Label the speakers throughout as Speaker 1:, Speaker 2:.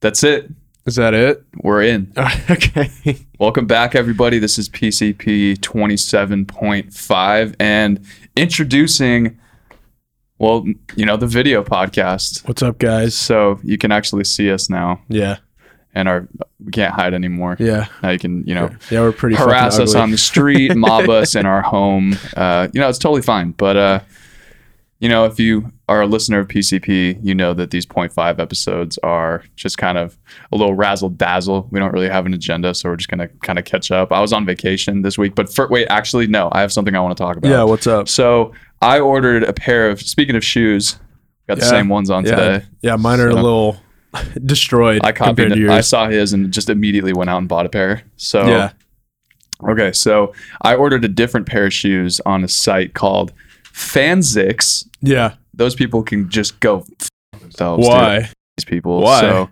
Speaker 1: That's it.
Speaker 2: Is that it?
Speaker 1: We're in.
Speaker 2: okay.
Speaker 1: Welcome back, everybody. This is PCP 27.5 and introducing, well, you know, the video podcast.
Speaker 2: What's up, guys?
Speaker 1: So you can actually see us now
Speaker 2: Yeah.
Speaker 1: and our, we can't hide anymore.
Speaker 2: Yeah.
Speaker 1: Now you can, you know,
Speaker 2: Yeah, we're pretty
Speaker 1: harass
Speaker 2: fucking
Speaker 1: us
Speaker 2: ugly.
Speaker 1: on the street, mob us in our home. Uh, you know, it's totally fine. But, uh, you know, if you are a listener of PCP, you know that these 0.5 episodes are just kind of a little razzle dazzle. We don't really have an agenda, so we're just going to kind of catch up. I was on vacation this week, but for, wait, actually, no, I have something I want to talk about.
Speaker 2: Yeah, what's up?
Speaker 1: So I ordered a pair of, speaking of shoes, got the
Speaker 2: Yeah.
Speaker 1: same ones on
Speaker 2: Yeah.
Speaker 1: today.
Speaker 2: Yeah, mine are
Speaker 1: So-
Speaker 2: a little destroyed
Speaker 1: I
Speaker 2: compared
Speaker 1: copied
Speaker 2: to
Speaker 1: it.
Speaker 2: yours.
Speaker 1: I saw his and just immediately went out and bought a pair. So
Speaker 2: yeah.
Speaker 1: Okay, so I ordered a different pair of shoes on a site called Fanzix.
Speaker 2: Yeah.
Speaker 1: Those people can just go f- themselves. dude,
Speaker 2: Why?
Speaker 1: these people?
Speaker 2: Why?
Speaker 1: So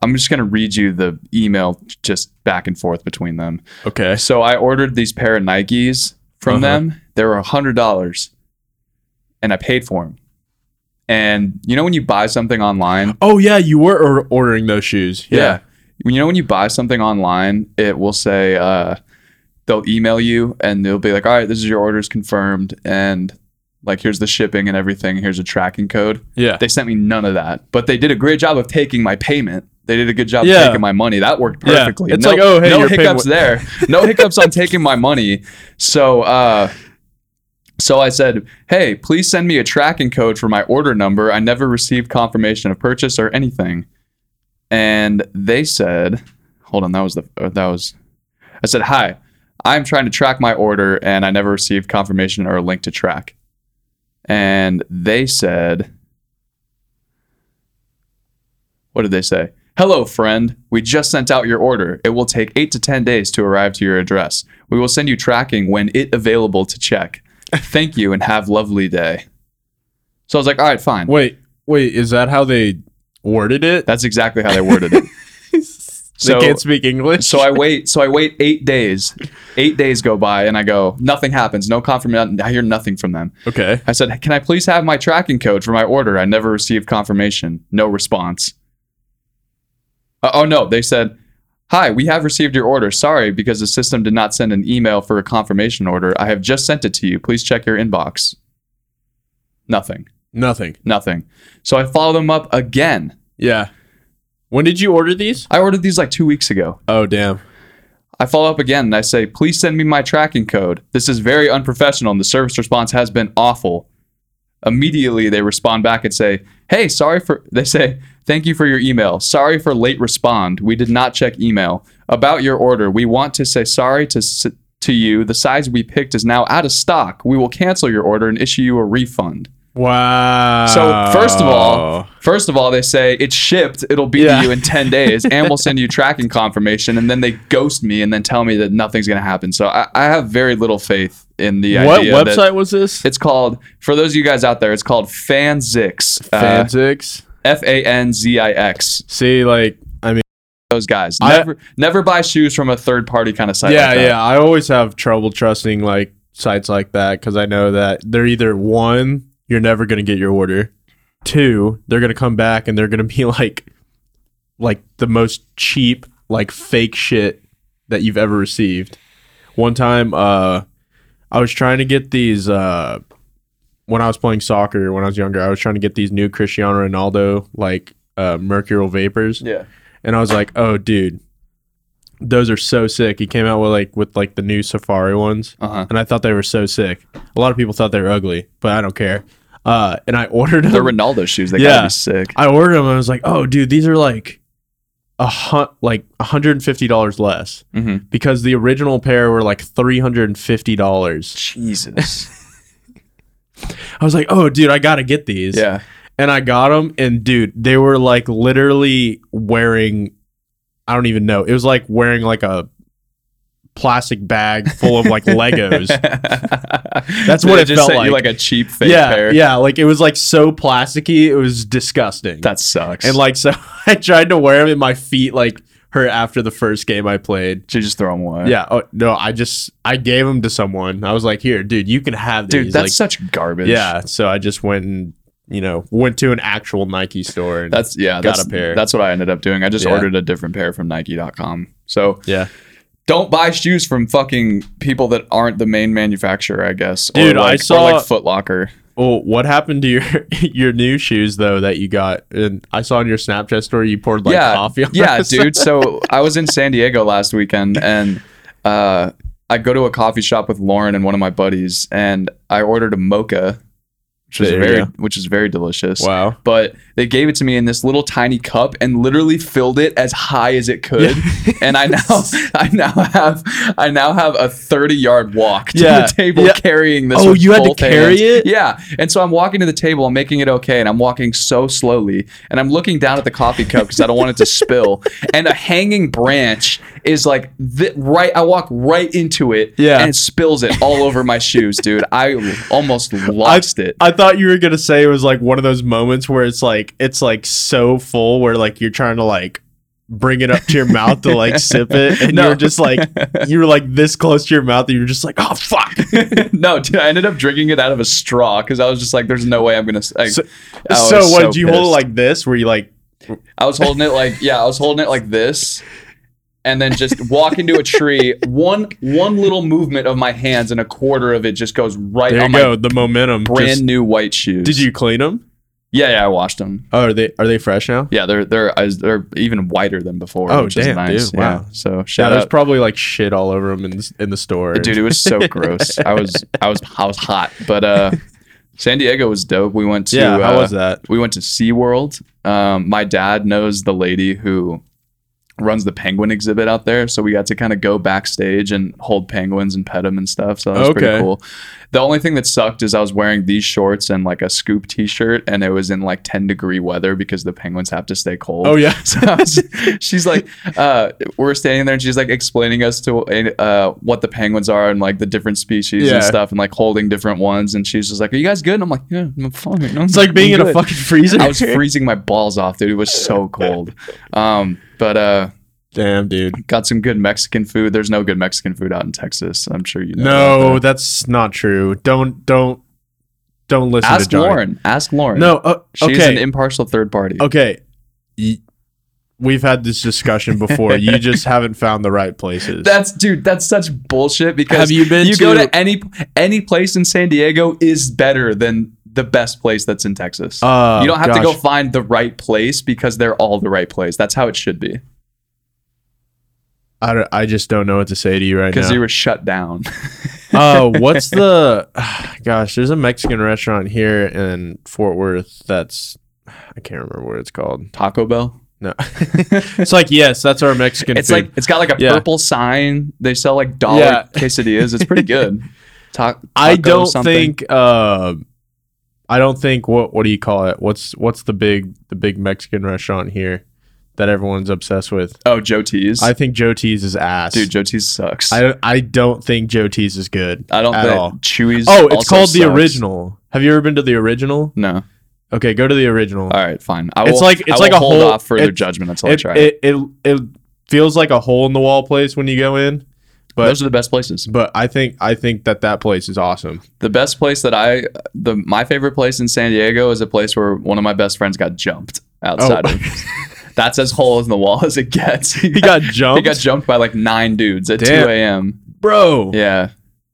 Speaker 1: I'm just gonna read you the email just back and forth between them.
Speaker 2: Okay.
Speaker 1: So I ordered these pair of Nikes from
Speaker 2: Uh-huh.
Speaker 1: them. They were hundred dollars, and I paid for them. And you know when you buy something online,
Speaker 2: Oh yeah, you were or- ordering those shoes.
Speaker 1: Yeah.
Speaker 2: Yeah.
Speaker 1: When- You know, when you buy something online, it will say, uh, they'll email you and they'll be like, all right, this is your orders confirmed. And like, here's the shipping and everything. Here's a tracking code.
Speaker 2: Yeah.
Speaker 1: They sent me none of that, but they did a great job of taking my payment. They did a good job
Speaker 2: Yeah.
Speaker 1: of taking my money. That worked
Speaker 2: Yeah.
Speaker 1: perfectly.
Speaker 2: It's
Speaker 1: no,
Speaker 2: like, oh, hey,
Speaker 1: no
Speaker 2: your
Speaker 1: hiccups
Speaker 2: payment-
Speaker 1: there. No hiccups on taking my money. So, uh, so I said, "Hey, please send me a tracking code for my order number. I never received confirmation of purchase or anything." And they said, "Hold on, that was the uh, that was." I said, "Hi, I'm trying to track my order, and I never received confirmation or a link to track." And they said, "What did they say?" Hello, friend. We just sent out your order. It will take eight to 10 days to arrive to your address. We will send you tracking when it available to check. Thank you and have lovely day. So I was like, all right, fine.
Speaker 2: Wait, wait, is that how they worded it?
Speaker 1: That's exactly how they worded it. so-
Speaker 2: they can't speak English.
Speaker 1: so I wait. So I wait eight days. Eight days go by and I go, nothing happens. No confirmation. I hear nothing from them.
Speaker 2: okay.
Speaker 1: I said, Can I please have my tracking code for my order? I never received confirmation. No response. Uh, oh, no. They said, Hi, we have received your order. Sorry, because the system did not send an email for a confirmation order. I have just sent it to you. Please check your inbox. Nothing.
Speaker 2: Nothing.
Speaker 1: Nothing. So I follow them up again.
Speaker 2: Yeah. When did you order these?
Speaker 1: I ordered these like two weeks ago.
Speaker 2: Oh damn.
Speaker 1: I follow up again and I say, please send me my tracking code. This is very unprofessional and the service response has been awful. Immediately they respond back and say, hey, sorry for, they say, thank you for your email. Sorry for late respond. We did not check email. About your order, we want to say sorry to, s- to you. The size we picked is now out of stock. We will cancel your order and issue you a refund.
Speaker 2: Wow.
Speaker 1: So first of all, first of all, they say it's shipped. It'll be
Speaker 2: Yeah.
Speaker 1: to you in ten days, and we'll send you tracking confirmation. And then they ghost me, and then tell me that nothing's gonna happen. So I, I have very little faith in the
Speaker 2: what
Speaker 1: idea.
Speaker 2: website
Speaker 1: That
Speaker 2: was this?
Speaker 1: it's called for those of you guys out there. It's called Fanzix. uh,
Speaker 2: Fanzix.
Speaker 1: F A N Z I X.
Speaker 2: See, like, I mean,
Speaker 1: Those guys
Speaker 2: I-
Speaker 1: never never buy shoes from a third party kind of site.
Speaker 2: yeah,
Speaker 1: like that.
Speaker 2: yeah. I always have trouble trusting like sites like that because I know that they're either one, you're never gonna get your order. Two, they're gonna come back and they're gonna be like, like the most cheap, like fake shit that you've ever received. One time, uh, I was trying to get these uh, when I was playing soccer when I was younger. I was trying to get these new Cristiano Ronaldo like uh, mercurial vapors.
Speaker 1: yeah.
Speaker 2: and I was like, "Oh, dude, those are so sick." He came out with like with like the new Safari ones,
Speaker 1: Uh huh.
Speaker 2: and I thought they were so sick. A lot of people thought they were ugly, but I don't care. Uh, and I ordered
Speaker 1: The
Speaker 2: them.
Speaker 1: Ronaldo shoes. They
Speaker 2: Yeah.
Speaker 1: gotta be sick.
Speaker 2: I ordered them. And I was like, "Oh, dude, these are like a hun- like one hundred and fifty dollars less
Speaker 1: hmm
Speaker 2: because the original pair were like three hundred and fifty dollars."
Speaker 1: Jesus.
Speaker 2: I was like, "Oh, dude, I gotta get these."
Speaker 1: yeah.
Speaker 2: and I got them, and dude, they were like literally wearing, I don't even know, it was like wearing like a plastic bag full of like Legos.
Speaker 1: That's
Speaker 2: what it
Speaker 1: just
Speaker 2: felt
Speaker 1: sent you
Speaker 2: like.
Speaker 1: like a cheap fake
Speaker 2: yeah,
Speaker 1: pair.
Speaker 2: yeah, like it was like so plasticky, it was disgusting.
Speaker 1: That sucks.
Speaker 2: and like so, I tried to wear them, and my feet like hurt after the first game I played.
Speaker 1: Should just throw them away.
Speaker 2: Yeah, oh no, I just I gave them to someone. I was like, here, dude, you can have these.
Speaker 1: Dude, that's
Speaker 2: Like,
Speaker 1: such garbage.
Speaker 2: yeah. So I just went and you know, went to an actual Nike store. And,
Speaker 1: That's yeah.
Speaker 2: Got
Speaker 1: that's,
Speaker 2: a pair.
Speaker 1: That's what I ended up doing. I just
Speaker 2: Yeah.
Speaker 1: ordered a different pair from Nike.com. So
Speaker 2: yeah,
Speaker 1: don't buy shoes from fucking people that aren't the main manufacturer. I guess.
Speaker 2: Dude,
Speaker 1: or
Speaker 2: I
Speaker 1: like,
Speaker 2: saw-
Speaker 1: or like Foot Locker.
Speaker 2: Well, what happened to your your new shoes though that you got? And I saw in your Snapchat story you poured like
Speaker 1: yeah,
Speaker 2: coffee. on
Speaker 1: yeah,
Speaker 2: us.
Speaker 1: dude. So I was in San Diego last weekend, and uh, I go to a coffee shop with Lauren and one of my buddies, and I ordered a mocha, which is
Speaker 2: There you
Speaker 1: very,
Speaker 2: go.
Speaker 1: which is very delicious.
Speaker 2: Wow.
Speaker 1: But they gave it to me in this little tiny cup and literally filled it as high as it could. and I now I now have I now have a 30 yard walk to
Speaker 2: Yeah,
Speaker 1: the table
Speaker 2: yeah.
Speaker 1: carrying this.
Speaker 2: Oh,
Speaker 1: with
Speaker 2: you had to
Speaker 1: both
Speaker 2: carry
Speaker 1: hands.
Speaker 2: it?
Speaker 1: Yeah. And so I'm walking to the table, I'm making it okay, and I'm walking so slowly, and I'm looking down at the coffee cup because I don't want it to spill. And a hanging branch is like th- right. I walk right into it,
Speaker 2: Yeah.
Speaker 1: and it spills it all over my shoes, dude. I almost lost it.
Speaker 2: I thought you were gonna say it was like one of those moments where it's like it's like so full where like you're trying to like bring it up to your mouth to like sip it, and
Speaker 1: No.
Speaker 2: you're just like you were like this close to your mouth, and you're just like, oh fuck.
Speaker 1: no, dude, I ended up drinking it out of a straw because I was just like, "There's no way I'm gonna." s- Like,
Speaker 2: So-
Speaker 1: I was
Speaker 2: so what? do you hold
Speaker 1: pissed.
Speaker 2: it like this? Where you like?
Speaker 1: I was holding it like yeah, I was holding it like this, and then just walk into a tree. One one little movement of my hands and a quarter of it just goes right
Speaker 2: There
Speaker 1: on
Speaker 2: you
Speaker 1: my
Speaker 2: go. The momentum.
Speaker 1: brand
Speaker 2: just-
Speaker 1: new white shoes.
Speaker 2: did you clean them?
Speaker 1: Yeah, yeah, I washed them.
Speaker 2: Oh, are they are they fresh now?
Speaker 1: Yeah, they're they're I was- they're even whiter than before.
Speaker 2: Oh,
Speaker 1: which is
Speaker 2: damn,
Speaker 1: nice.
Speaker 2: dude,
Speaker 1: Yeah.
Speaker 2: wow.
Speaker 1: So
Speaker 2: Yeah,
Speaker 1: shout
Speaker 2: there's
Speaker 1: out.
Speaker 2: probably like shit all over them in the, in the store.
Speaker 1: Dude, it was so gross. I was I was I was hot, but uh, San Diego was dope. We went to
Speaker 2: yeah,
Speaker 1: uh,
Speaker 2: how was that?
Speaker 1: we went to SeaWorld. Um, my dad knows the lady who runs the penguin exhibit out there. So we got to kind of go backstage and hold penguins and pet them and stuff. So that was pretty
Speaker 2: Okay.
Speaker 1: cool. The only thing that sucked is I was wearing these shorts and like a scoop t shirt, and it was in like 10 degree weather because the penguins have to stay cold.
Speaker 2: Oh yeah,
Speaker 1: So I was- she's like, uh, we're standing there and she's like explaining us to uh, what the penguins are and like the different species
Speaker 2: Yeah.
Speaker 1: and stuff and like holding different ones. And she's just like, Are you guys good? And I'm like, Yeah, I'm fine.
Speaker 2: it's like being in a fucking freezer.
Speaker 1: I was freezing my balls off, dude. It was so cold. Um, but uh,
Speaker 2: Damn, dude.
Speaker 1: got some good Mexican food. There's no good Mexican food out in Texas. I'm sure you know.
Speaker 2: No,
Speaker 1: that.
Speaker 2: that's not true. Don't don't don't listen to
Speaker 1: ask
Speaker 2: Johnny.
Speaker 1: Lauren. Ask Lauren.
Speaker 2: No, uh,
Speaker 1: she's an
Speaker 2: okay,
Speaker 1: impartial third party.
Speaker 2: okay. Y- We've had this discussion before. you just haven't found the right places.
Speaker 1: That's dude. That's such bullshit. Because
Speaker 2: you been
Speaker 1: you go to any any place in San Diego is better than the best place that's in Texas.
Speaker 2: Uh,
Speaker 1: you don't have to go
Speaker 2: gosh.
Speaker 1: find the right place because they're all the right place. That's how it should be.
Speaker 2: I, don't- I just don't know what to say to you right
Speaker 1: Because
Speaker 2: now.
Speaker 1: you were shut down.
Speaker 2: Oh, what's the gosh, there's a Mexican restaurant here in Fort Worth that's I can't remember what it's called.
Speaker 1: Taco Bell.
Speaker 2: No. it's like yes, that's our Mexican
Speaker 1: It's
Speaker 2: food.
Speaker 1: like it's got like a
Speaker 2: Yeah.
Speaker 1: purple sign. They sell like dollar
Speaker 2: Yeah.
Speaker 1: quesadillas. It's pretty good. Ta-
Speaker 2: I
Speaker 1: taco
Speaker 2: don't
Speaker 1: something.
Speaker 2: think uh, I don't think what what do you call it? What's what's the big the big Mexican restaurant here that everyone's obsessed with?
Speaker 1: Oh, Joe T's.
Speaker 2: I think Joe T's is ass.
Speaker 1: Dude, Joe T's sucks. I,
Speaker 2: I I don't think Joe T's is good.
Speaker 1: don't
Speaker 2: at
Speaker 1: think
Speaker 2: all.
Speaker 1: Chewy's.
Speaker 2: Oh, it's
Speaker 1: also
Speaker 2: called the
Speaker 1: sucks.
Speaker 2: original. Have you ever been to the original?
Speaker 1: No.
Speaker 2: Okay, go to the original.
Speaker 1: All right, fine. I will,
Speaker 2: It's like-
Speaker 1: I
Speaker 2: it's like
Speaker 1: will
Speaker 2: a
Speaker 1: hold
Speaker 2: whole-
Speaker 1: off further
Speaker 2: it-
Speaker 1: judgment until I
Speaker 2: it,
Speaker 1: try. It,
Speaker 2: it, it it feels like a hole in the wall place when you go in, but
Speaker 1: Those are the best places.
Speaker 2: but I think I think that that place is awesome.
Speaker 1: The best place that I the my favorite place in San Diego is a place where one of my best friends got jumped outside.
Speaker 2: Oh.
Speaker 1: of That's as hole in the wall as it gets. He
Speaker 2: He
Speaker 1: got,
Speaker 2: got jumped,
Speaker 1: he got jumped by like nine dudes at
Speaker 2: Damn.
Speaker 1: two a.m.
Speaker 2: bro.
Speaker 1: Yeah,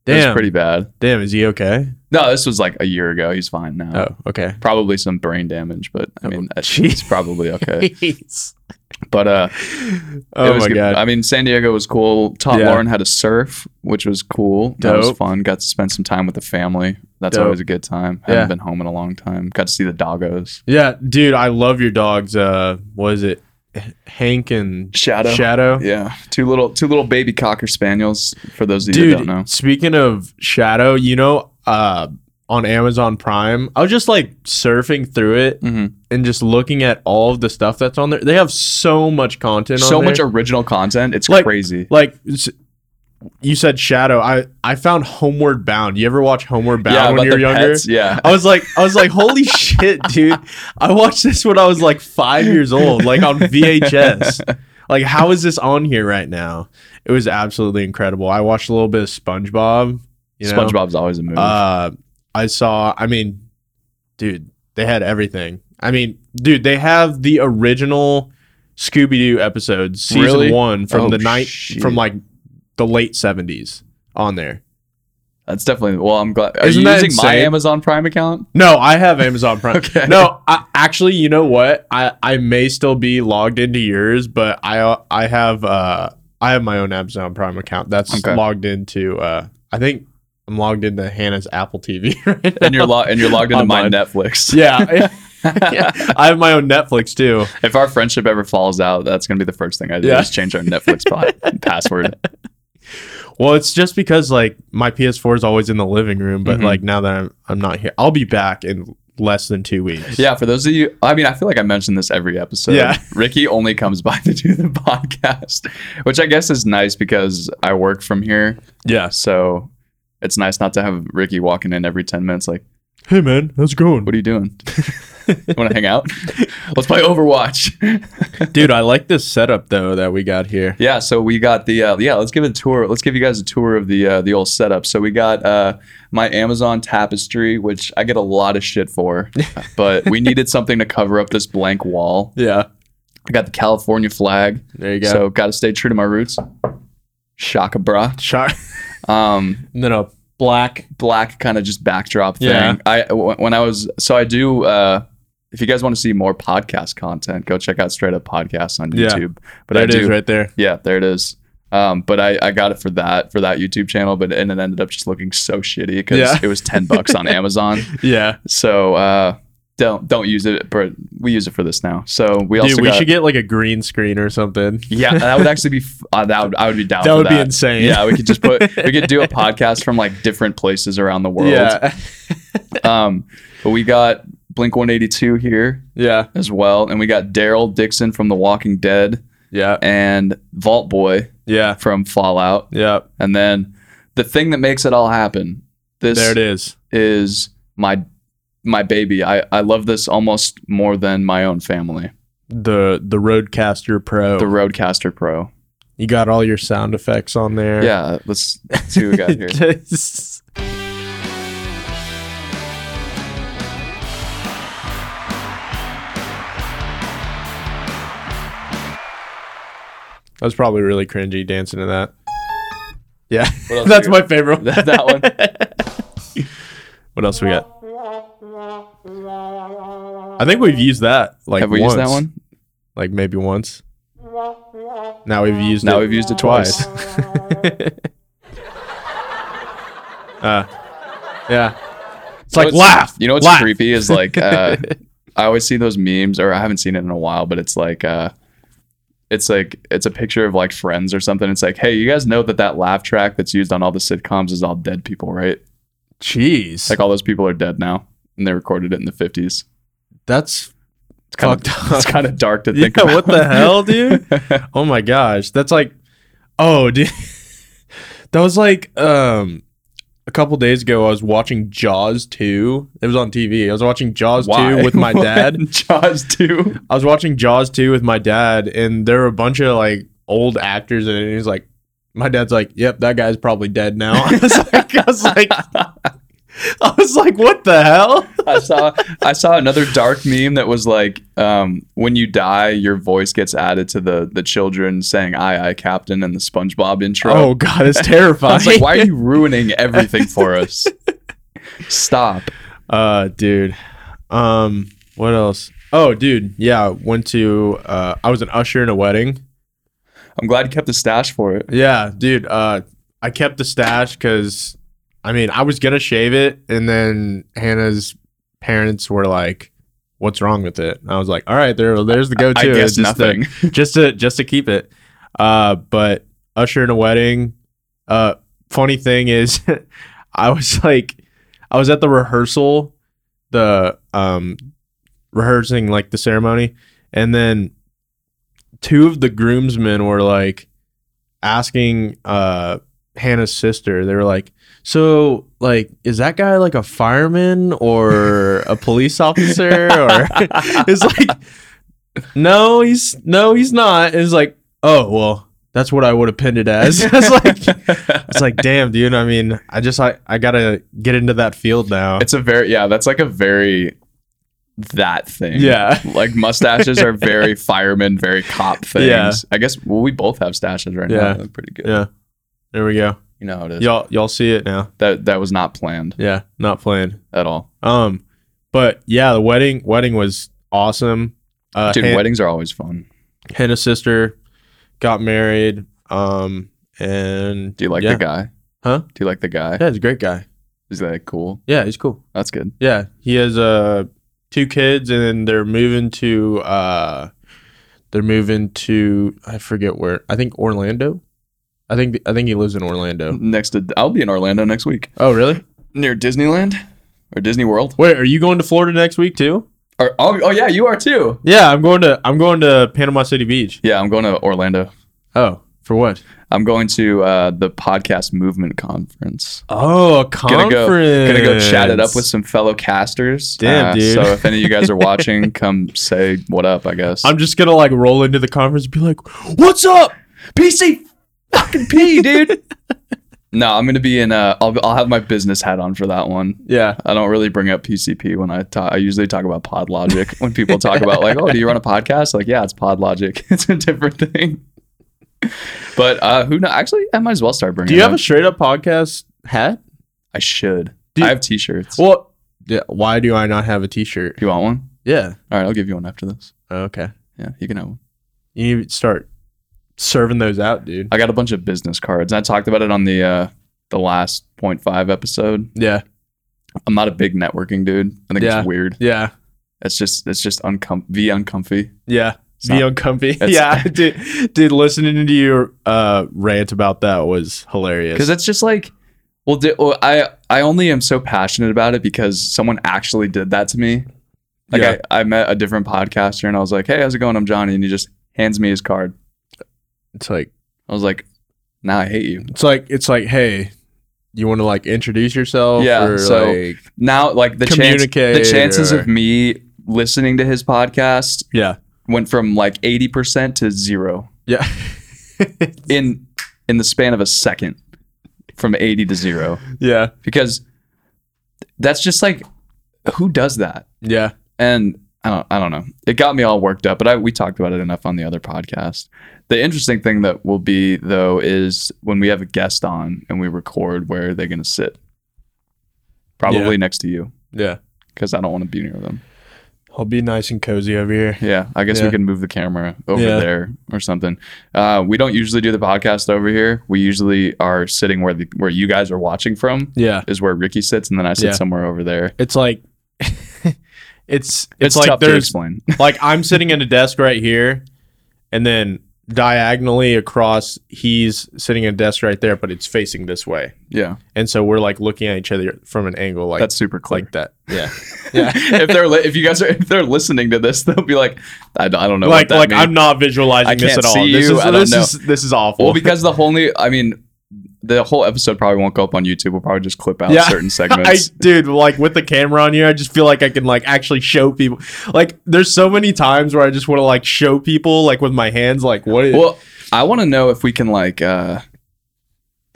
Speaker 1: it was
Speaker 2: damn,
Speaker 1: pretty bad.
Speaker 2: damn. Is he okay?
Speaker 1: No, this was like a year ago. He's fine now.
Speaker 2: Oh, okay.
Speaker 1: Probably some brain damage, but I mean,
Speaker 2: Oh,
Speaker 1: uh,
Speaker 2: jeez.
Speaker 1: he's probably okay. But uh, it
Speaker 2: Oh
Speaker 1: was
Speaker 2: my
Speaker 1: good.
Speaker 2: god.
Speaker 1: I mean, San Diego was cool. Taught
Speaker 2: Yeah.
Speaker 1: Lauren how to surf, which was cool. That was
Speaker 2: Dope.
Speaker 1: fun. Got to spend some time with the family. That's
Speaker 2: Dope.
Speaker 1: always a good time.
Speaker 2: Yeah.
Speaker 1: Haven't been home in a long time. Got to see the doggos.
Speaker 2: yeah, dude, I love your dogs. Uh, was it H- Hank and
Speaker 1: Shadow.
Speaker 2: Shadow?
Speaker 1: Yeah, two little two little baby cocker spaniels. For those of you that don't know,
Speaker 2: Dude, speaking of Shadow, you know, uh, on Amazon Prime, I was just like surfing through it
Speaker 1: Mhm.
Speaker 2: and just looking at all of the stuff that's on there. They have so much content.
Speaker 1: so
Speaker 2: on
Speaker 1: much
Speaker 2: there.
Speaker 1: original content. It's
Speaker 2: Like-
Speaker 1: crazy.
Speaker 2: like s- you said, Shadow. I I found Homeward Bound. You ever watch Homeward Bound
Speaker 1: yeah,
Speaker 2: when
Speaker 1: about
Speaker 2: you were
Speaker 1: the
Speaker 2: younger?
Speaker 1: pets, Yeah,
Speaker 2: I was like, I was like, holy shit, dude! I watched this when I was like five years old, like on VHS. Like, how is this on here right now? It was absolutely incredible. I watched a little bit of SpongeBob. You know?
Speaker 1: SpongeBob's always a movie.
Speaker 2: Uh, I saw. I mean, dude, They had everything. I mean, dude, they have the original Scooby Doo episodes, season
Speaker 1: Really?
Speaker 2: one from
Speaker 1: Oh,
Speaker 2: the night
Speaker 1: shit.
Speaker 2: from like the late seventies on there.
Speaker 1: That's definitely. Well, I'm glad. Are
Speaker 2: Isn't
Speaker 1: you
Speaker 2: that
Speaker 1: using my
Speaker 2: insane?
Speaker 1: Amazon Prime account?
Speaker 2: No, I have Amazon Prime.
Speaker 1: Okay.
Speaker 2: No, I, actually, you know what? I, I may still be logged into yours, but I I have uh I have my own Amazon Prime account that's
Speaker 1: Okay.
Speaker 2: logged into uh I think I'm logged into Hannah's Apple TV right now.
Speaker 1: And you're lo- and you're logged into
Speaker 2: On
Speaker 1: my
Speaker 2: mine.
Speaker 1: Netflix.
Speaker 2: yeah. yeah. I have my own Netflix too.
Speaker 1: If our friendship ever falls out, that's gonna be the first thing I do
Speaker 2: Yeah.
Speaker 1: is change our Netflix pa- password.
Speaker 2: Well, it's just because like my PS4 is always in the living room, but
Speaker 1: Mhm.
Speaker 2: like now that I'm I'm not here, I'll be back in less than two weeks.
Speaker 1: Yeah, for those of you, I mean, I feel like I mentioned this every episode.
Speaker 2: Yeah.
Speaker 1: Ricky only comes by to do the podcast, which I guess is nice because I work from here,
Speaker 2: Yes.
Speaker 1: so it's nice not to have Ricky walking in every ten minutes. Like,
Speaker 2: Hey man, how's it going?
Speaker 1: what are you doing? Want to hang out? Let's play Overwatch.
Speaker 2: Dude, I like this setup though that we got here.
Speaker 1: Yeah, so we got the uh, yeah. Let's give it a tour. Let's give you guys a tour of the uh, the old setup. So we got uh, my Amazon tapestry, which I get a lot of shit for, but we needed something to cover up this blank wall.
Speaker 2: Yeah.
Speaker 1: I got the California flag,
Speaker 2: There you go.
Speaker 1: so got to stay true to my roots. Shaka bra.
Speaker 2: Char-
Speaker 1: Um,
Speaker 2: and then a black.
Speaker 1: black kind of just backdrop thing.
Speaker 2: Yeah.
Speaker 1: I w- when I was so I do. Uh, if you guys want to see more podcast content, go check out Straight Up Podcasts on
Speaker 2: Yeah.
Speaker 1: YouTube. But
Speaker 2: There
Speaker 1: I
Speaker 2: it
Speaker 1: do
Speaker 2: is right there.
Speaker 1: yeah, there it is. Um, but I, I got it for that for that YouTube channel, but and it ended up just looking so shitty because
Speaker 2: Yeah.
Speaker 1: it was ten bucks on Amazon.
Speaker 2: Yeah.
Speaker 1: So uh, don't don't use it, but we use it for this now. So we also
Speaker 2: Dude, we
Speaker 1: got,
Speaker 2: should get like a green screen or something.
Speaker 1: yeah, that would actually be f- uh, that would I would be down.
Speaker 2: That
Speaker 1: for
Speaker 2: would be insane.
Speaker 1: Yeah, we could just put we could do a podcast from like different places around the world.
Speaker 2: Yeah.
Speaker 1: Um, but we got Blink One Eighty Two here
Speaker 2: Yeah.
Speaker 1: as well, and we got Daryl Dixon from The Walking Dead
Speaker 2: Yeah.
Speaker 1: and Vault Boy
Speaker 2: Yeah.
Speaker 1: from Fallout.
Speaker 2: Yeah.
Speaker 1: And then the thing that makes it all happen, this
Speaker 2: There it
Speaker 1: is
Speaker 2: is.
Speaker 1: my my baby. I, I love this almost more than my own family.
Speaker 2: The the Roadcaster Pro.
Speaker 1: The Roadcaster Pro.
Speaker 2: you got all your sound effects on there.
Speaker 1: Yeah, let's let's see what we got here.
Speaker 2: Just- I was probably really cringy dancing to that. Yeah,
Speaker 1: What else
Speaker 2: that's
Speaker 1: we got?
Speaker 2: my favorite. one.
Speaker 1: that one.
Speaker 2: What else we got? I think we've used that like
Speaker 1: Have we used that
Speaker 2: once.
Speaker 1: one?
Speaker 2: Like maybe once. Now we've used
Speaker 1: Now
Speaker 2: it
Speaker 1: we've used it twice.
Speaker 2: Uh, yeah. It's
Speaker 1: You know what's-
Speaker 2: like laugh.
Speaker 1: You know what's
Speaker 2: laugh.
Speaker 1: creepy is like uh, I always see those memes, or I haven't seen it in a while, but it's like uh, it's like it's a picture of like friends or something. It's like, hey, you guys know that that laugh track that's used on all the sitcoms is all dead people, right?
Speaker 2: Jeez.
Speaker 1: Like all those people are dead now, and they recorded it in the fifties.
Speaker 2: that's
Speaker 1: It's kind
Speaker 2: fucked
Speaker 1: of
Speaker 2: up.
Speaker 1: it's kind of dark to
Speaker 2: yeah,
Speaker 1: think about.
Speaker 2: what the hell, dude? oh my gosh. That's like oh dude. that was like um a couple days ago I was watching Jaws 2. It was on TV. I was watching Jaws
Speaker 1: Why?
Speaker 2: 2 with my
Speaker 1: What?
Speaker 2: dad.
Speaker 1: Jaws two.
Speaker 2: I was watching Jaws 2 with my dad, and there were a bunch of like old actors in it. And he's like, my dad's like, yep, that guy's probably dead now. I was like, I was like, I was like what the hell?
Speaker 1: I saw I saw another dark meme that was like, um, when you die, your voice gets added to the the children saying "I I Captain" and the SpongeBob intro.
Speaker 2: Oh, God, it's terrifying.
Speaker 1: I was like, why are you ruining everything for us? Stop.
Speaker 2: Uh, dude. Um, what else? Oh, dude. Yeah. Went to, uh, I was an usher in a wedding.
Speaker 1: I'm glad you kept the stash for it.
Speaker 2: Yeah, dude. Uh, I kept the stash because, I mean, I was gonna shave it, and then Hannah's parents were like, "What's wrong with it?" And I was like, "All right, there, there's the go-to.
Speaker 1: I guess
Speaker 2: It's just the-
Speaker 1: nothing.
Speaker 2: just to just to keep it. Uh, but usher in a wedding. Uh, funny thing is, I was like, I was at the rehearsal, the um, rehearsing like the ceremony, and then two of the groomsmen were like asking uh Hannah's sister. They were like. So, like, is that guy like a fireman or a police officer? Or it's like, no, he's no, he's not. It's like, oh well, that's what I would have pinned it as. it's like, it's like, damn, dude. I mean, I just I, I gotta get into that field now.
Speaker 1: It's a very yeah. That's like a very that thing.
Speaker 2: Yeah.
Speaker 1: Like mustaches are very fireman, very cop things.
Speaker 2: Yeah.
Speaker 1: I guess well, we both have stashes right now.
Speaker 2: Yeah.
Speaker 1: They're pretty good.
Speaker 2: Yeah. There we go.
Speaker 1: You know how it is.
Speaker 2: Y'all y'all see it now.
Speaker 1: That that was not planned
Speaker 2: Yeah, not playing.
Speaker 1: at all.
Speaker 2: Um but yeah, the wedding wedding was awesome. Uh
Speaker 1: Dude,
Speaker 2: Han-
Speaker 1: weddings are always fun.
Speaker 2: Hannah's sister got married. Um and
Speaker 1: Do you like
Speaker 2: yeah.
Speaker 1: the guy?
Speaker 2: Huh?
Speaker 1: Do you like the guy?
Speaker 2: Yeah, he's a great guy.
Speaker 1: Is that cool?
Speaker 2: Yeah, he's cool.
Speaker 1: That's good.
Speaker 2: Yeah, he has uh two kids, and then they're moving to uh they're moving to I forget where. I think Orlando. I think I think he lives in Orlando.
Speaker 1: Next to I'll be in Orlando next week.
Speaker 2: Oh, really?
Speaker 1: Near Disneyland or Disney World?
Speaker 2: Wait, are you going to Florida next week too?
Speaker 1: Or, oh, oh yeah, you are too.
Speaker 2: Yeah, I'm going to I'm going to Panama City Beach.
Speaker 1: Yeah, I'm going to Orlando.
Speaker 2: Oh, for what?
Speaker 1: I'm going to uh, the podcast movement conference.
Speaker 2: Oh, a
Speaker 1: Gonna
Speaker 2: conference.
Speaker 1: go, gonna go chat it up with some fellow casters. Uh,
Speaker 2: Damn, dude.
Speaker 1: So if any of you guys are watching, come say what up. I guess.
Speaker 2: I'm just gonna like roll into the conference and be like, "What's up, PC?"
Speaker 1: fucking pee, dude. no, I'm gonna be in. Uh, I'll I'll have my business hat on for that one.
Speaker 2: Yeah,
Speaker 1: I don't really bring up PCP when I talk. I usually talk about PodLogic when people talk about like, oh, do you run a podcast? Like, yeah, it's PodLogic. It's a different thing. But uh, who knows? Actually, I might as well start bringing.
Speaker 2: do you
Speaker 1: it
Speaker 2: have
Speaker 1: up.
Speaker 2: a straight up podcast hat?
Speaker 1: I should.
Speaker 2: Do you-
Speaker 1: I have T-shirts.
Speaker 2: Well, yeah, why do I not have a T-shirt?
Speaker 1: you want one?
Speaker 2: Yeah.
Speaker 1: All right, I'll give you one after this.
Speaker 2: Okay.
Speaker 1: Yeah, you can have one.
Speaker 2: You need to start serving those out, dude.
Speaker 1: I got a bunch of business cards. I talked about it on the uh, the last point five episode.
Speaker 2: Yeah.
Speaker 1: I'm not a big networking dude. I think
Speaker 2: Yeah.
Speaker 1: it's weird.
Speaker 2: Yeah.
Speaker 1: It's just it's just uncom v uncomfy.
Speaker 2: Yeah.
Speaker 1: It's
Speaker 2: Be
Speaker 1: not-
Speaker 2: uncomfy.
Speaker 1: It's-
Speaker 2: Yeah. dude, dude, listening to your uh, rant about that was
Speaker 1: because
Speaker 2: hilarious.
Speaker 1: that's just like well, di- well i i only am so passionate about it because someone actually did that to me like
Speaker 2: Yeah.
Speaker 1: I, I met a different podcaster and i was like hey how's it going i'm johnny and he just hands me his card
Speaker 2: It's like
Speaker 1: i was like now i hate you
Speaker 2: it's like it's like, hey, you want to like introduce yourself?
Speaker 1: Yeah,
Speaker 2: Or,
Speaker 1: so-
Speaker 2: like,
Speaker 1: now like the chance the
Speaker 2: Communicate
Speaker 1: chances
Speaker 2: or-
Speaker 1: of me listening to his podcast
Speaker 2: yeah,
Speaker 1: went from like 80% to zero
Speaker 2: yeah.
Speaker 1: in in the span of a second from 80 to zero
Speaker 2: yeah.
Speaker 1: because that's just like who does that
Speaker 2: Yeah.
Speaker 1: and I don't, I don't know. It got me all worked up, but I, we talked about it enough on the other podcast. The interesting thing that will be though is when we have a guest on and we record, where are they going to sit? Probably next to you
Speaker 2: Yeah.
Speaker 1: because I don't want to be near them.
Speaker 2: I'll be nice and cozy over here.
Speaker 1: Yeah, I guess
Speaker 2: Yeah.
Speaker 1: we can move the camera over
Speaker 2: Yeah.
Speaker 1: there or something. Uh, we don't usually do the podcast over here. We usually are sitting where the where you guys are watching from
Speaker 2: Yeah.
Speaker 1: is where Ricky sits, and then I sit
Speaker 2: Yeah.
Speaker 1: somewhere over there.
Speaker 2: It's like it's
Speaker 1: It's,
Speaker 2: it's like
Speaker 1: tough to
Speaker 2: there's
Speaker 1: explain.
Speaker 2: like I'm sitting at a desk right here, and then diagonally across, he's sitting at a desk right there, but it's facing this way,
Speaker 1: yeah,
Speaker 2: and so we're like looking at each other from an angle like
Speaker 1: that's super clear.
Speaker 2: like that. Yeah,
Speaker 1: yeah. if they're li- if you guys are if they're listening to this, they'll be like, I, I don't know.
Speaker 2: like
Speaker 1: what that
Speaker 2: like
Speaker 1: means.
Speaker 2: I'm not visualizing
Speaker 1: I
Speaker 2: this
Speaker 1: can't
Speaker 2: at all.
Speaker 1: see
Speaker 2: this
Speaker 1: you,
Speaker 2: is
Speaker 1: I don't
Speaker 2: this
Speaker 1: know.
Speaker 2: is this is awful.
Speaker 1: well because the whole new. I mean, the whole episode probably won't go up on YouTube. We'll probably just clip out
Speaker 2: Yeah.
Speaker 1: certain
Speaker 2: I
Speaker 1: segments.
Speaker 2: dude, like with the camera on here, I just feel like I can like actually show people. Like, there's so many times where I just want to like show people like with my hands, like what is
Speaker 1: well, I want to know if we can like uh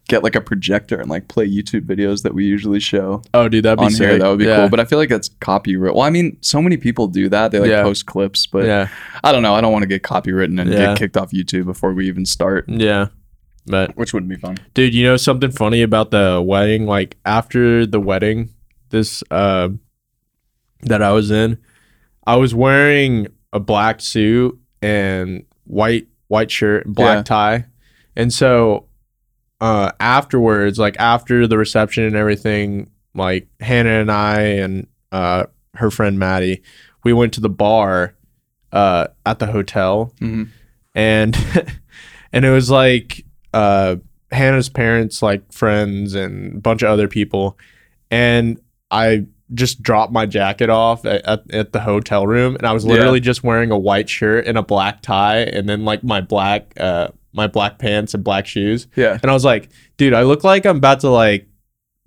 Speaker 1: get like a projector and like play YouTube videos that we usually show
Speaker 2: oh, dude, that'd
Speaker 1: on here.
Speaker 2: sick.
Speaker 1: That would be
Speaker 2: Yeah.
Speaker 1: cool. But I feel like that's copyright. Well, I mean, so many people do that. They like
Speaker 2: Yeah.
Speaker 1: post clips, but
Speaker 2: yeah,
Speaker 1: I don't know. I don't want to get copywritten and
Speaker 2: Yeah.
Speaker 1: get kicked off YouTube before we even start,
Speaker 2: yeah, but
Speaker 1: which wouldn't be fun.
Speaker 2: Dude, you know something funny about the wedding? Like after the wedding, this uh that I was in, I was wearing a black suit and white white shirt and black
Speaker 1: Yeah.
Speaker 2: tie. And so uh afterwards, like after the reception and everything, like Hannah and I and uh her friend Maddie, we went to the bar uh at the hotel
Speaker 1: hmm
Speaker 2: and and it was like uh Hannah's parents like friends and a bunch of other people and I just dropped my jacket off at, at, at the hotel room and I was
Speaker 1: Yeah.
Speaker 2: literally just wearing a white shirt and a black tie and then like my black uh my black pants and black shoes
Speaker 1: Yeah.
Speaker 2: and I was like dude I look like I'm about to like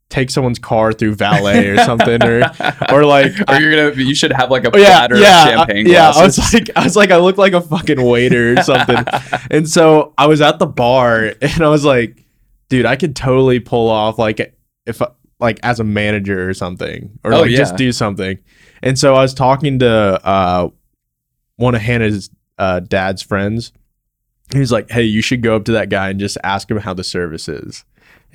Speaker 2: take someone's car through valet or something or or like
Speaker 1: Or you're gonna you should have like a
Speaker 2: Oh, yeah,
Speaker 1: platter
Speaker 2: yeah,
Speaker 1: of champagne
Speaker 2: I, yeah. I
Speaker 1: glasses.
Speaker 2: was like, I was like, I look like a fucking waiter or something. and so I was at the bar, and I was like, dude, I could totally pull off like if I- like as a manager or something, or
Speaker 1: Oh,
Speaker 2: like just
Speaker 1: yeah.
Speaker 2: do something. And so I was talking to uh, one of Hannah's uh, dad's friends. He was like, "Hey, you should go up to that guy and just ask him how the service is."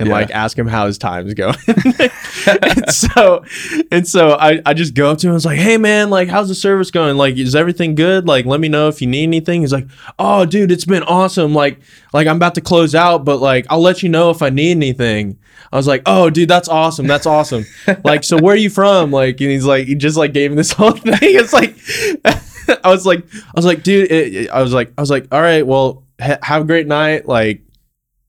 Speaker 2: And
Speaker 1: Yeah.
Speaker 2: like ask him how his time's going. and so and so I, I just go up to him. I was like, hey man, like how's the service going? Like, is everything good? Like, let me know if you need anything. He's like, oh dude, it's been awesome. Like, like I'm about to close out, but like I'll let you know if I need anything. I was like, oh dude, that's awesome. That's awesome. like, so where are you from? Like, and he's like, he just like gave me this whole thing. It's like I was like, I was like, dude, it, it- I was like, I was like, all right, well, ha- have a great night. Like,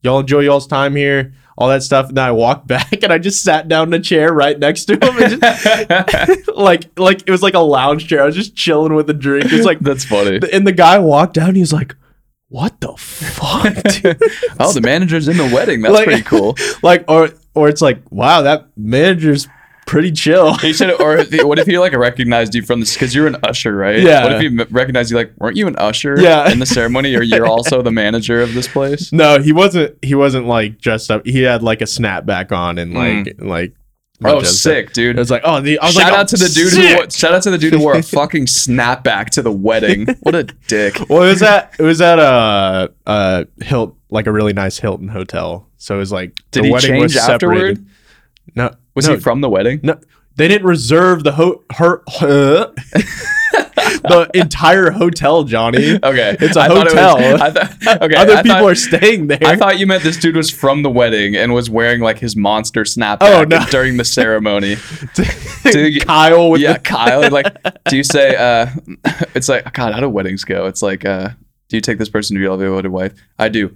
Speaker 2: y'all enjoy y'all's time here. All that stuff, and then I walked back, and I just sat down in a chair right next to him, and just, like like it was like a lounge chair. I was just chilling with a drink. It's like
Speaker 1: That's funny.
Speaker 2: and the guy walked down. He was like, "What the fuck, dude?"
Speaker 1: Oh, the manager's in the wedding. That's
Speaker 2: Like-
Speaker 1: pretty cool.
Speaker 2: like or or it's like, "Wow, that manager's pretty chill."
Speaker 1: He should, or the- what if he like recognized you from this? Because you're an usher, right?
Speaker 2: Yeah.
Speaker 1: What if he m- recognized you like, weren't you an usher?
Speaker 2: Yeah.
Speaker 1: In the ceremony, or you're also the manager of this place?
Speaker 2: No, he wasn't. He wasn't like dressed up. He had like a snapback on and like like.
Speaker 1: Mm. Oh,
Speaker 2: dressed up.
Speaker 1: sick, dude.
Speaker 2: It was like, oh, the, I was
Speaker 1: shout
Speaker 2: like,
Speaker 1: out to
Speaker 2: oh,
Speaker 1: the dude who
Speaker 2: sick.
Speaker 1: wore, shout out to the dude who wore a fucking snapback to the wedding. What a dick.
Speaker 2: Well, it was at it was at a uh Hilt like a really nice Hilton hotel. So it was like
Speaker 1: Did
Speaker 2: the
Speaker 1: he
Speaker 2: wedding
Speaker 1: change
Speaker 2: was separated.
Speaker 1: afterward?
Speaker 2: No,
Speaker 1: Was
Speaker 2: no,
Speaker 1: he from the wedding?
Speaker 2: No, they didn't reserve the ho- her, her- the entire hotel, Johnny.
Speaker 1: Okay,
Speaker 2: It's a
Speaker 1: I thought it was-
Speaker 2: hotel.
Speaker 1: I thought- okay,
Speaker 2: Other
Speaker 1: I
Speaker 2: people
Speaker 1: thought-
Speaker 2: are staying there.
Speaker 1: I thought you meant this dude was from the wedding and was wearing like his monster snapback
Speaker 2: Oh, no.
Speaker 1: during the ceremony. Dude,
Speaker 2: Kyle with
Speaker 1: yeah,
Speaker 2: the
Speaker 1: Kyle. Like, do you say? uh It's like, God, how do weddings go? It's like, uh do you take this person to be your elevated wife? I do.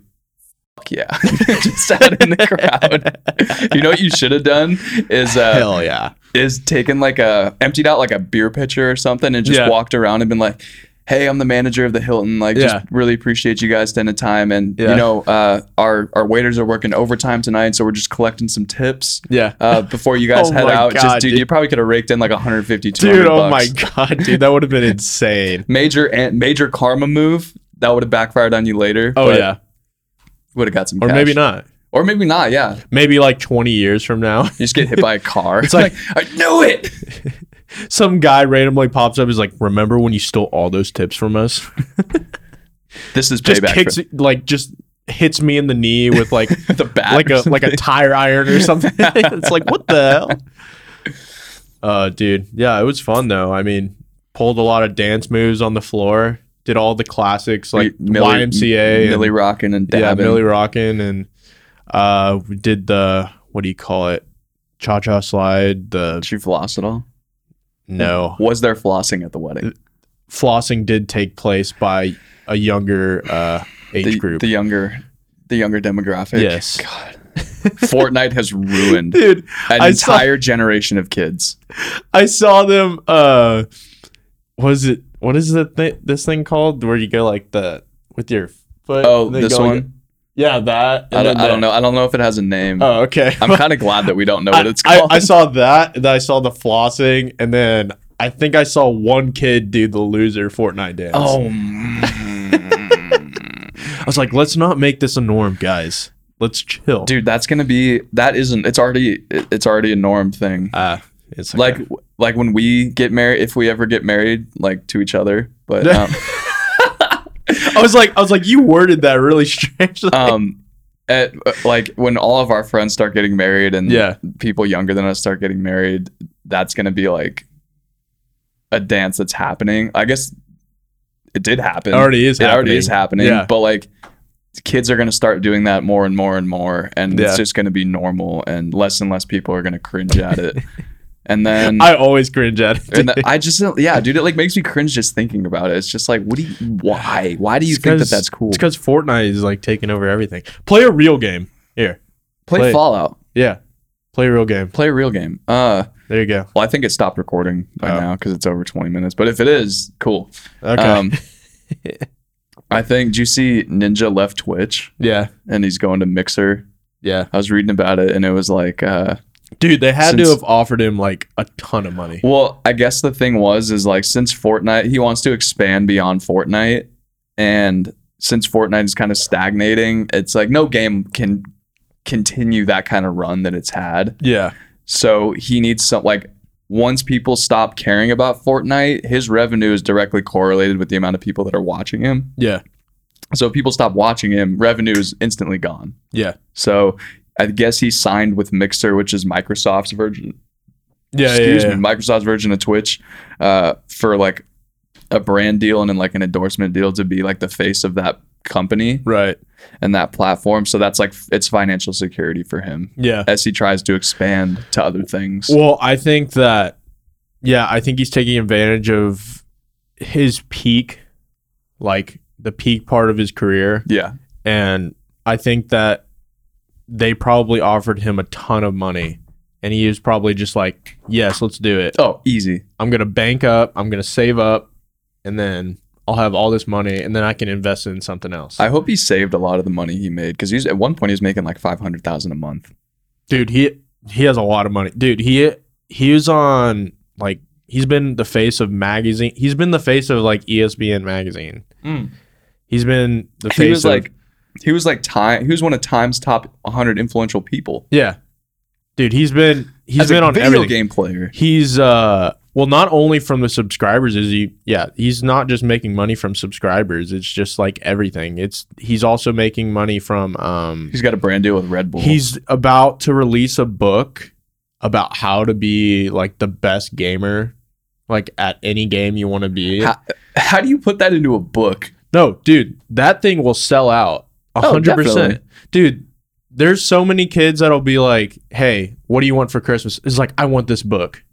Speaker 1: Fuck yeah, just out in the crowd. you know what you should have done is uh
Speaker 2: hell yeah.
Speaker 1: is taken like a emptied out like a beer pitcher or something and just
Speaker 2: Yeah.
Speaker 1: walked around and been like hey i'm the manager of the hilton like
Speaker 2: Yeah.
Speaker 1: just really appreciate you guys spending time and
Speaker 2: Yeah.
Speaker 1: you know uh, our our waiters are working overtime tonight so we're just collecting some tips
Speaker 2: Yeah.
Speaker 1: uh, before you guys
Speaker 2: Oh
Speaker 1: head
Speaker 2: my
Speaker 1: out
Speaker 2: God,
Speaker 1: just dude,
Speaker 2: dude.
Speaker 1: you probably could have raked in like 150 200
Speaker 2: Dude, oh my
Speaker 1: bucks.
Speaker 2: god, dude, that would have been insane.
Speaker 1: major and major karma move that would have backfired on you later
Speaker 2: Oh yeah.
Speaker 1: would have got some
Speaker 2: Or
Speaker 1: cash.
Speaker 2: maybe not.
Speaker 1: or maybe not yeah you
Speaker 2: Maybe like 20 years from now,
Speaker 1: just get hit by a car it's
Speaker 2: like-
Speaker 1: i knew it
Speaker 2: some guy randomly pops up is like, "Remember when you stole all those tips from us?"
Speaker 1: this is
Speaker 2: Just
Speaker 1: payback for
Speaker 2: kicks like just hits me in the knee with like
Speaker 1: the back
Speaker 2: like
Speaker 1: or
Speaker 2: a like a
Speaker 1: something.
Speaker 2: tire iron or something. it's like what the hell? Uh, dude, yeah, it was fun though. I mean, pulled a lot of dance moves on the floor, did all the classics like
Speaker 1: Millie-
Speaker 2: YMCA,
Speaker 1: Millie
Speaker 2: and,
Speaker 1: Rockin' and
Speaker 2: yeah,
Speaker 1: Dabbin.
Speaker 2: Millie Rockin', and uh, we did the what do you call it? Cha cha slide. The
Speaker 1: Did you floss at all?
Speaker 2: no
Speaker 1: Was there flossing at the wedding?
Speaker 2: flossing did take place by a younger uh, age
Speaker 1: the,
Speaker 2: group.
Speaker 1: the younger, the younger demographic.
Speaker 2: Yes.
Speaker 1: God. Fortnite has ruined an
Speaker 2: Dude, I saw-
Speaker 1: entire generation of kids.
Speaker 2: I saw them. Uh, was it what is the thi- this thing called where you go like the with your foot?
Speaker 1: Oh,
Speaker 2: and then
Speaker 1: this
Speaker 2: go like-
Speaker 1: one.
Speaker 2: yeah,
Speaker 1: I
Speaker 2: that. and
Speaker 1: don't,
Speaker 2: then
Speaker 1: I don't
Speaker 2: the-
Speaker 1: know. I don't know if it has a name.
Speaker 2: Oh, okay.
Speaker 1: I'm kind of glad that we don't know
Speaker 2: I-
Speaker 1: what it's
Speaker 2: I,
Speaker 1: called.
Speaker 2: I saw that. and Then I saw the flossing, and then I think I saw one kid do the loser Fortnite dance.
Speaker 1: oh. mm.
Speaker 2: I was like, let's not make this a norm, guys. Let's chill.
Speaker 1: Dude, that's gonna be that isn't. It's already it- it's already a norm thing.
Speaker 2: uh, it's
Speaker 1: Like like when we get married, if we ever get married, like to each other. But um,
Speaker 2: I was like, I was like, you worded that really strange.
Speaker 1: um at like when all of our friends start getting married and
Speaker 2: Yeah.
Speaker 1: people younger than us start getting married that's going to be like a dance that's happening i guess it did happen
Speaker 2: it already is.
Speaker 1: it already is happening
Speaker 2: Yeah.
Speaker 1: but like kids are going to start doing that more and more and more and
Speaker 2: Yeah.
Speaker 1: it's just going to be normal and less and less people are going to cringe at it and then
Speaker 2: I always cringe at it.
Speaker 1: and I just don't- yeah, dude. It like makes me cringe just thinking about it. It's just like, what do you? Why? Why do you think that that's cool?
Speaker 2: It's because Fortnite is like taking over everything. Play a real game. Here.
Speaker 1: play
Speaker 2: play-
Speaker 1: Fallout.
Speaker 2: Yeah. Play a real game.
Speaker 1: Play a real game. Uh,
Speaker 2: There you go.
Speaker 1: Well, I think it stopped recording by now
Speaker 2: Oh.
Speaker 1: 'cause now because it's over 20 minutes. But if it is, cool.
Speaker 2: Okay.
Speaker 1: Um, I think, do you see Ninja left Twitch
Speaker 2: yeah.
Speaker 1: and he's going to Mixer?
Speaker 2: Yeah.
Speaker 1: I was reading about it and it was like, uh,
Speaker 2: Dude, they had
Speaker 1: Since-
Speaker 2: to have offered him like a ton of money.
Speaker 1: well, I guess the thing was, is like, since Fortnite, he wants to expand beyond Fortnite. And since Fortnite is kind of stagnating, it's like no game can continue that kind of run that it's had.
Speaker 2: Yeah.
Speaker 1: So he needs some like once people stop caring about Fortnite, his revenue is directly correlated with the amount of people that are watching him.
Speaker 2: Yeah.
Speaker 1: So if people stop watching him, revenue is instantly gone.
Speaker 2: Yeah.
Speaker 1: So I guess he signed with Mixer, which is Microsoft's version.
Speaker 2: Yeah.
Speaker 1: excuse
Speaker 2: yeah, yeah.
Speaker 1: me, Microsoft's version of Twitch, uh, for like a brand deal and then like an endorsement deal to be like the face of that company
Speaker 2: Right.
Speaker 1: and that platform. So that's like f- it's financial security for him
Speaker 2: Yeah.
Speaker 1: as he tries to expand to other things.
Speaker 2: Well, I think that, yeah, I think he's taking advantage of his peak, like the peak part of his career.
Speaker 1: yeah,
Speaker 2: And I think that they probably offered him a ton of money. And he was probably just like, yes, let's do it.
Speaker 1: Oh, easy.
Speaker 2: I'm going to bank up. I'm going to save up. And then I'll have all this money. And then I can invest in something else.
Speaker 1: I hope he saved a lot of the money he made because he's at one point he was making like five hundred thousand a month.
Speaker 2: dude he he has a lot of money dude he he was on like he's been the face of magazine he's been the face of like E espn magazine
Speaker 1: Mm.
Speaker 2: he's been the face
Speaker 1: He was
Speaker 2: of,
Speaker 1: like, he was like time. He was one of Time's top one hundred influential people.
Speaker 2: yeah dude he's been he's
Speaker 1: As a
Speaker 2: been on
Speaker 1: video
Speaker 2: everything
Speaker 1: game player.
Speaker 2: he's uh well not only from the subscribers is he yeah he's not just making money from subscribers it's just like everything it's he's also making money from um
Speaker 1: He's got a brand deal with Red Bull.
Speaker 2: He's about to release a book about how to be like the best gamer, like at any game you want to be.
Speaker 1: How- how do you put that into a book?
Speaker 2: no, dude, that thing will sell out a
Speaker 1: Oh,
Speaker 2: hundred
Speaker 1: definitely.
Speaker 2: percent, dude. There's so many kids that'll be like, "Hey, what do you want for Christmas?" It's like, "I want this book."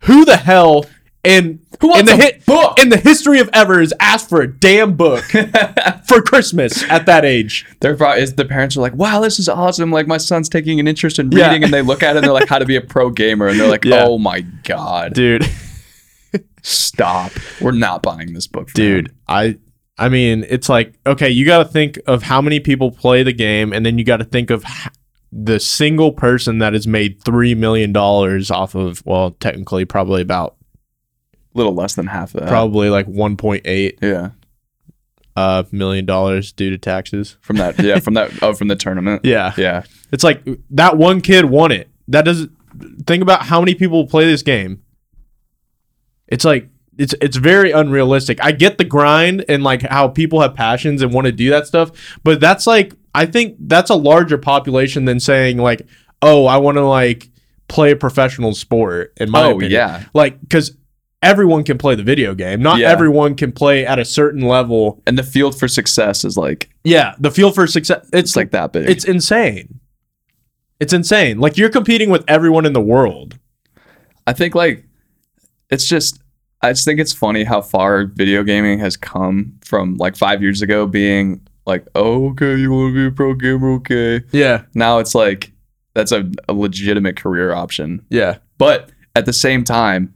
Speaker 2: Who the hell and
Speaker 1: Who
Speaker 2: in
Speaker 1: wants
Speaker 2: the
Speaker 1: a
Speaker 2: hit book in the history of ever has asked for a damn book for Christmas at that age?
Speaker 1: They're probably, it's- the parents are like, "Wow, this is awesome!" Like my son's taking an interest in
Speaker 2: Yeah.
Speaker 1: reading, and they look at it and they're like, "How to be a pro gamer?" And they're like,
Speaker 2: Yeah.
Speaker 1: "Oh my god,
Speaker 2: Dude,
Speaker 1: stop! We're not buying this book, for him."
Speaker 2: dude i i mean it's like okay you got to think of how many people play the game and then you got to think of h- the single person that has made three million dollars off of well technically probably about
Speaker 1: A little less than half of that,
Speaker 2: probably like 1.8
Speaker 1: yeah,
Speaker 2: uh million dollars due to taxes
Speaker 1: from that, yeah, from that, oh, from the tournament,
Speaker 2: yeah
Speaker 1: yeah,
Speaker 2: it's like that one kid won it that doesn't think about how many people play this game it's like it's it's very unrealistic i get the grind and like how people have passions and want to do that stuff but that's like i think that's a larger population than saying like oh i want to like play a professional sport in my
Speaker 1: oh
Speaker 2: opinion
Speaker 1: yeah,
Speaker 2: like because everyone can play the video game not
Speaker 1: Yeah.
Speaker 2: everyone can play at a certain level
Speaker 1: and the field for success is like
Speaker 2: yeah the feel for success
Speaker 1: it's like that big.
Speaker 2: it's insane. It's insane. Like you're competing with everyone in the world.
Speaker 1: I think like it's just I just think it's funny how far video gaming has come from like five years ago being like, oh, okay, you want to be a pro gamer, okay.
Speaker 2: Yeah.
Speaker 1: Now it's like that's a, a legitimate career option.
Speaker 2: Yeah.
Speaker 1: But at the same time,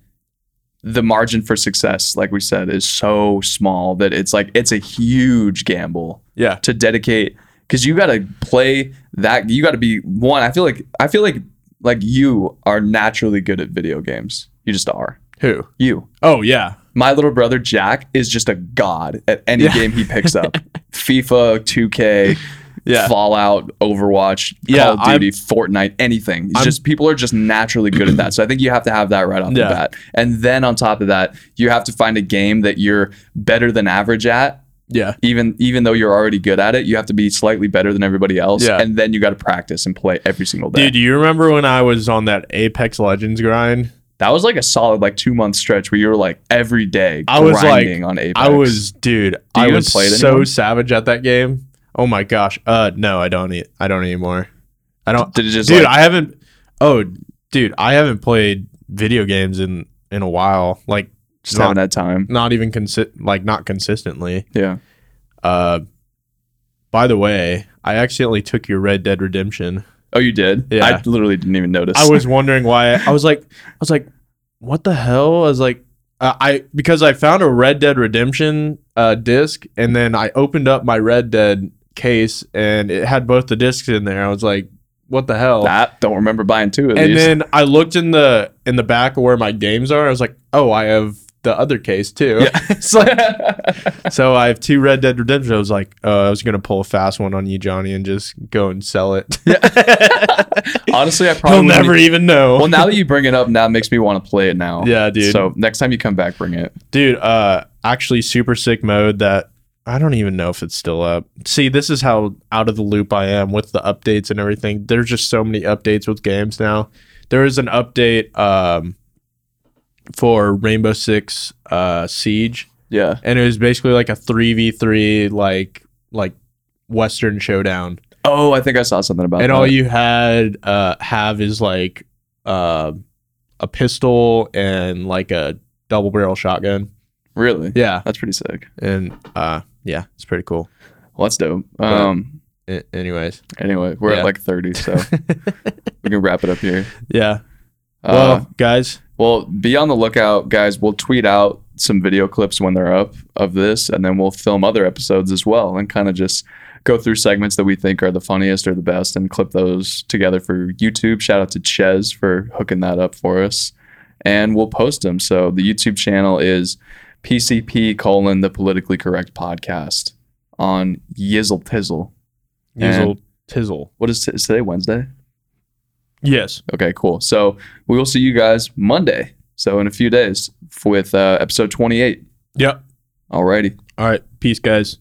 Speaker 1: the margin for success, like we said, is so small that it's like it's a huge gamble
Speaker 2: Yeah.
Speaker 1: to dedicate because you got to play that. You got to be one. I feel like I feel like like you are naturally good at video games. You just are.
Speaker 2: Who?
Speaker 1: You.
Speaker 2: Oh yeah.
Speaker 1: My little brother Jack is just a god at any
Speaker 2: Yeah.
Speaker 1: game he picks up. FIFA, 2K,
Speaker 2: Yeah.
Speaker 1: Fallout, Overwatch,
Speaker 2: Yeah,
Speaker 1: Call of Duty, Fortnite, anything. It's
Speaker 2: I'm-
Speaker 1: just people are just naturally good at that. So I think you have to have that right off
Speaker 2: Yeah.
Speaker 1: the bat. And then on top of that, you have to find a game that you're better than average at
Speaker 2: Yeah.
Speaker 1: even even though you're already good at it, you have to be slightly better than everybody else.
Speaker 2: Yeah.
Speaker 1: And then you got to practice and play every single day.
Speaker 2: Dude, do you remember when I was on that Apex Legends grind?
Speaker 1: that was like a solid like two month stretch where you were like every day
Speaker 2: I was, like-
Speaker 1: grinding on Apex.
Speaker 2: I was, dude.
Speaker 1: you
Speaker 2: I
Speaker 1: even
Speaker 2: was
Speaker 1: play it
Speaker 2: so
Speaker 1: anymore?
Speaker 2: savage at that game. Oh my gosh. Uh, no, I don't. Eat, I don't anymore. I don't.
Speaker 1: Did it just
Speaker 2: dude
Speaker 1: like,
Speaker 2: i haven't oh dude i haven't played video games in in a while like
Speaker 1: just having that time?
Speaker 2: not even consi- like not consistently
Speaker 1: Yeah.
Speaker 2: uh by the way i accidentally took your red dead redemption
Speaker 1: Oh, you did.
Speaker 2: Yeah.
Speaker 1: I literally didn't even notice.
Speaker 2: i was wondering why i was like i was like what the hell i was like uh, i because i found a red dead redemption uh disc and then i opened up my red dead case and it had both the discs in there i was like what the hell
Speaker 1: I don't remember buying two of
Speaker 2: and
Speaker 1: these.
Speaker 2: then I looked in the in the back of where my games are. I was like, oh, I have the other case too.
Speaker 1: Yeah. It's like-
Speaker 2: so I have two Red Dead Redemption. I was like, uh, I was gonna pull a fast one on you, Johnny, and just go and sell it.
Speaker 1: Honestly, I probably
Speaker 2: He'll
Speaker 1: wouldn't
Speaker 2: never
Speaker 1: e-
Speaker 2: even know.
Speaker 1: Well, now that you bring it up, now it makes me want to play it now.
Speaker 2: yeah, dude.
Speaker 1: Oh, So next time you come back, bring it.
Speaker 2: dude uh actually super sick mode that i don't even know if it's still up see this is how out of the loop i am with the updates and everything there's just so many updates with games now there is an update um for rainbow six uh siege
Speaker 1: Yeah.
Speaker 2: and it was basically like a 3v3 like like western showdown
Speaker 1: Oh, I think I saw something about
Speaker 2: and
Speaker 1: that.
Speaker 2: all you had uh have is like uh, a pistol and like a double barrel shotgun
Speaker 1: really?
Speaker 2: yeah
Speaker 1: That's pretty sick.
Speaker 2: and uh yeah it's pretty cool
Speaker 1: Well, that's dope. Um.
Speaker 2: A- anyways
Speaker 1: Anyway, we're
Speaker 2: Yeah.
Speaker 1: at like 30, so we can wrap it up here.
Speaker 2: yeah well
Speaker 1: Uh,
Speaker 2: guys
Speaker 1: well, be on the lookout, guys. We'll tweet out some video clips when they're up of this, and then we'll film other episodes as well and kind of just go through segments that we think are the funniest or the best and clip those together for YouTube. Shout out to Ches for hooking that up for us. And we'll post them. So the YouTube channel is PCP colon the politically correct podcast on Yizzle Tizzle.
Speaker 2: Yizzle tizzle
Speaker 1: What is, t- is today? Wednesday?
Speaker 2: yes
Speaker 1: Okay, cool. So we will see you guys Monday. So in a few days f- with uh, episode 28.
Speaker 2: yep
Speaker 1: Alrighty.
Speaker 2: all right peace guys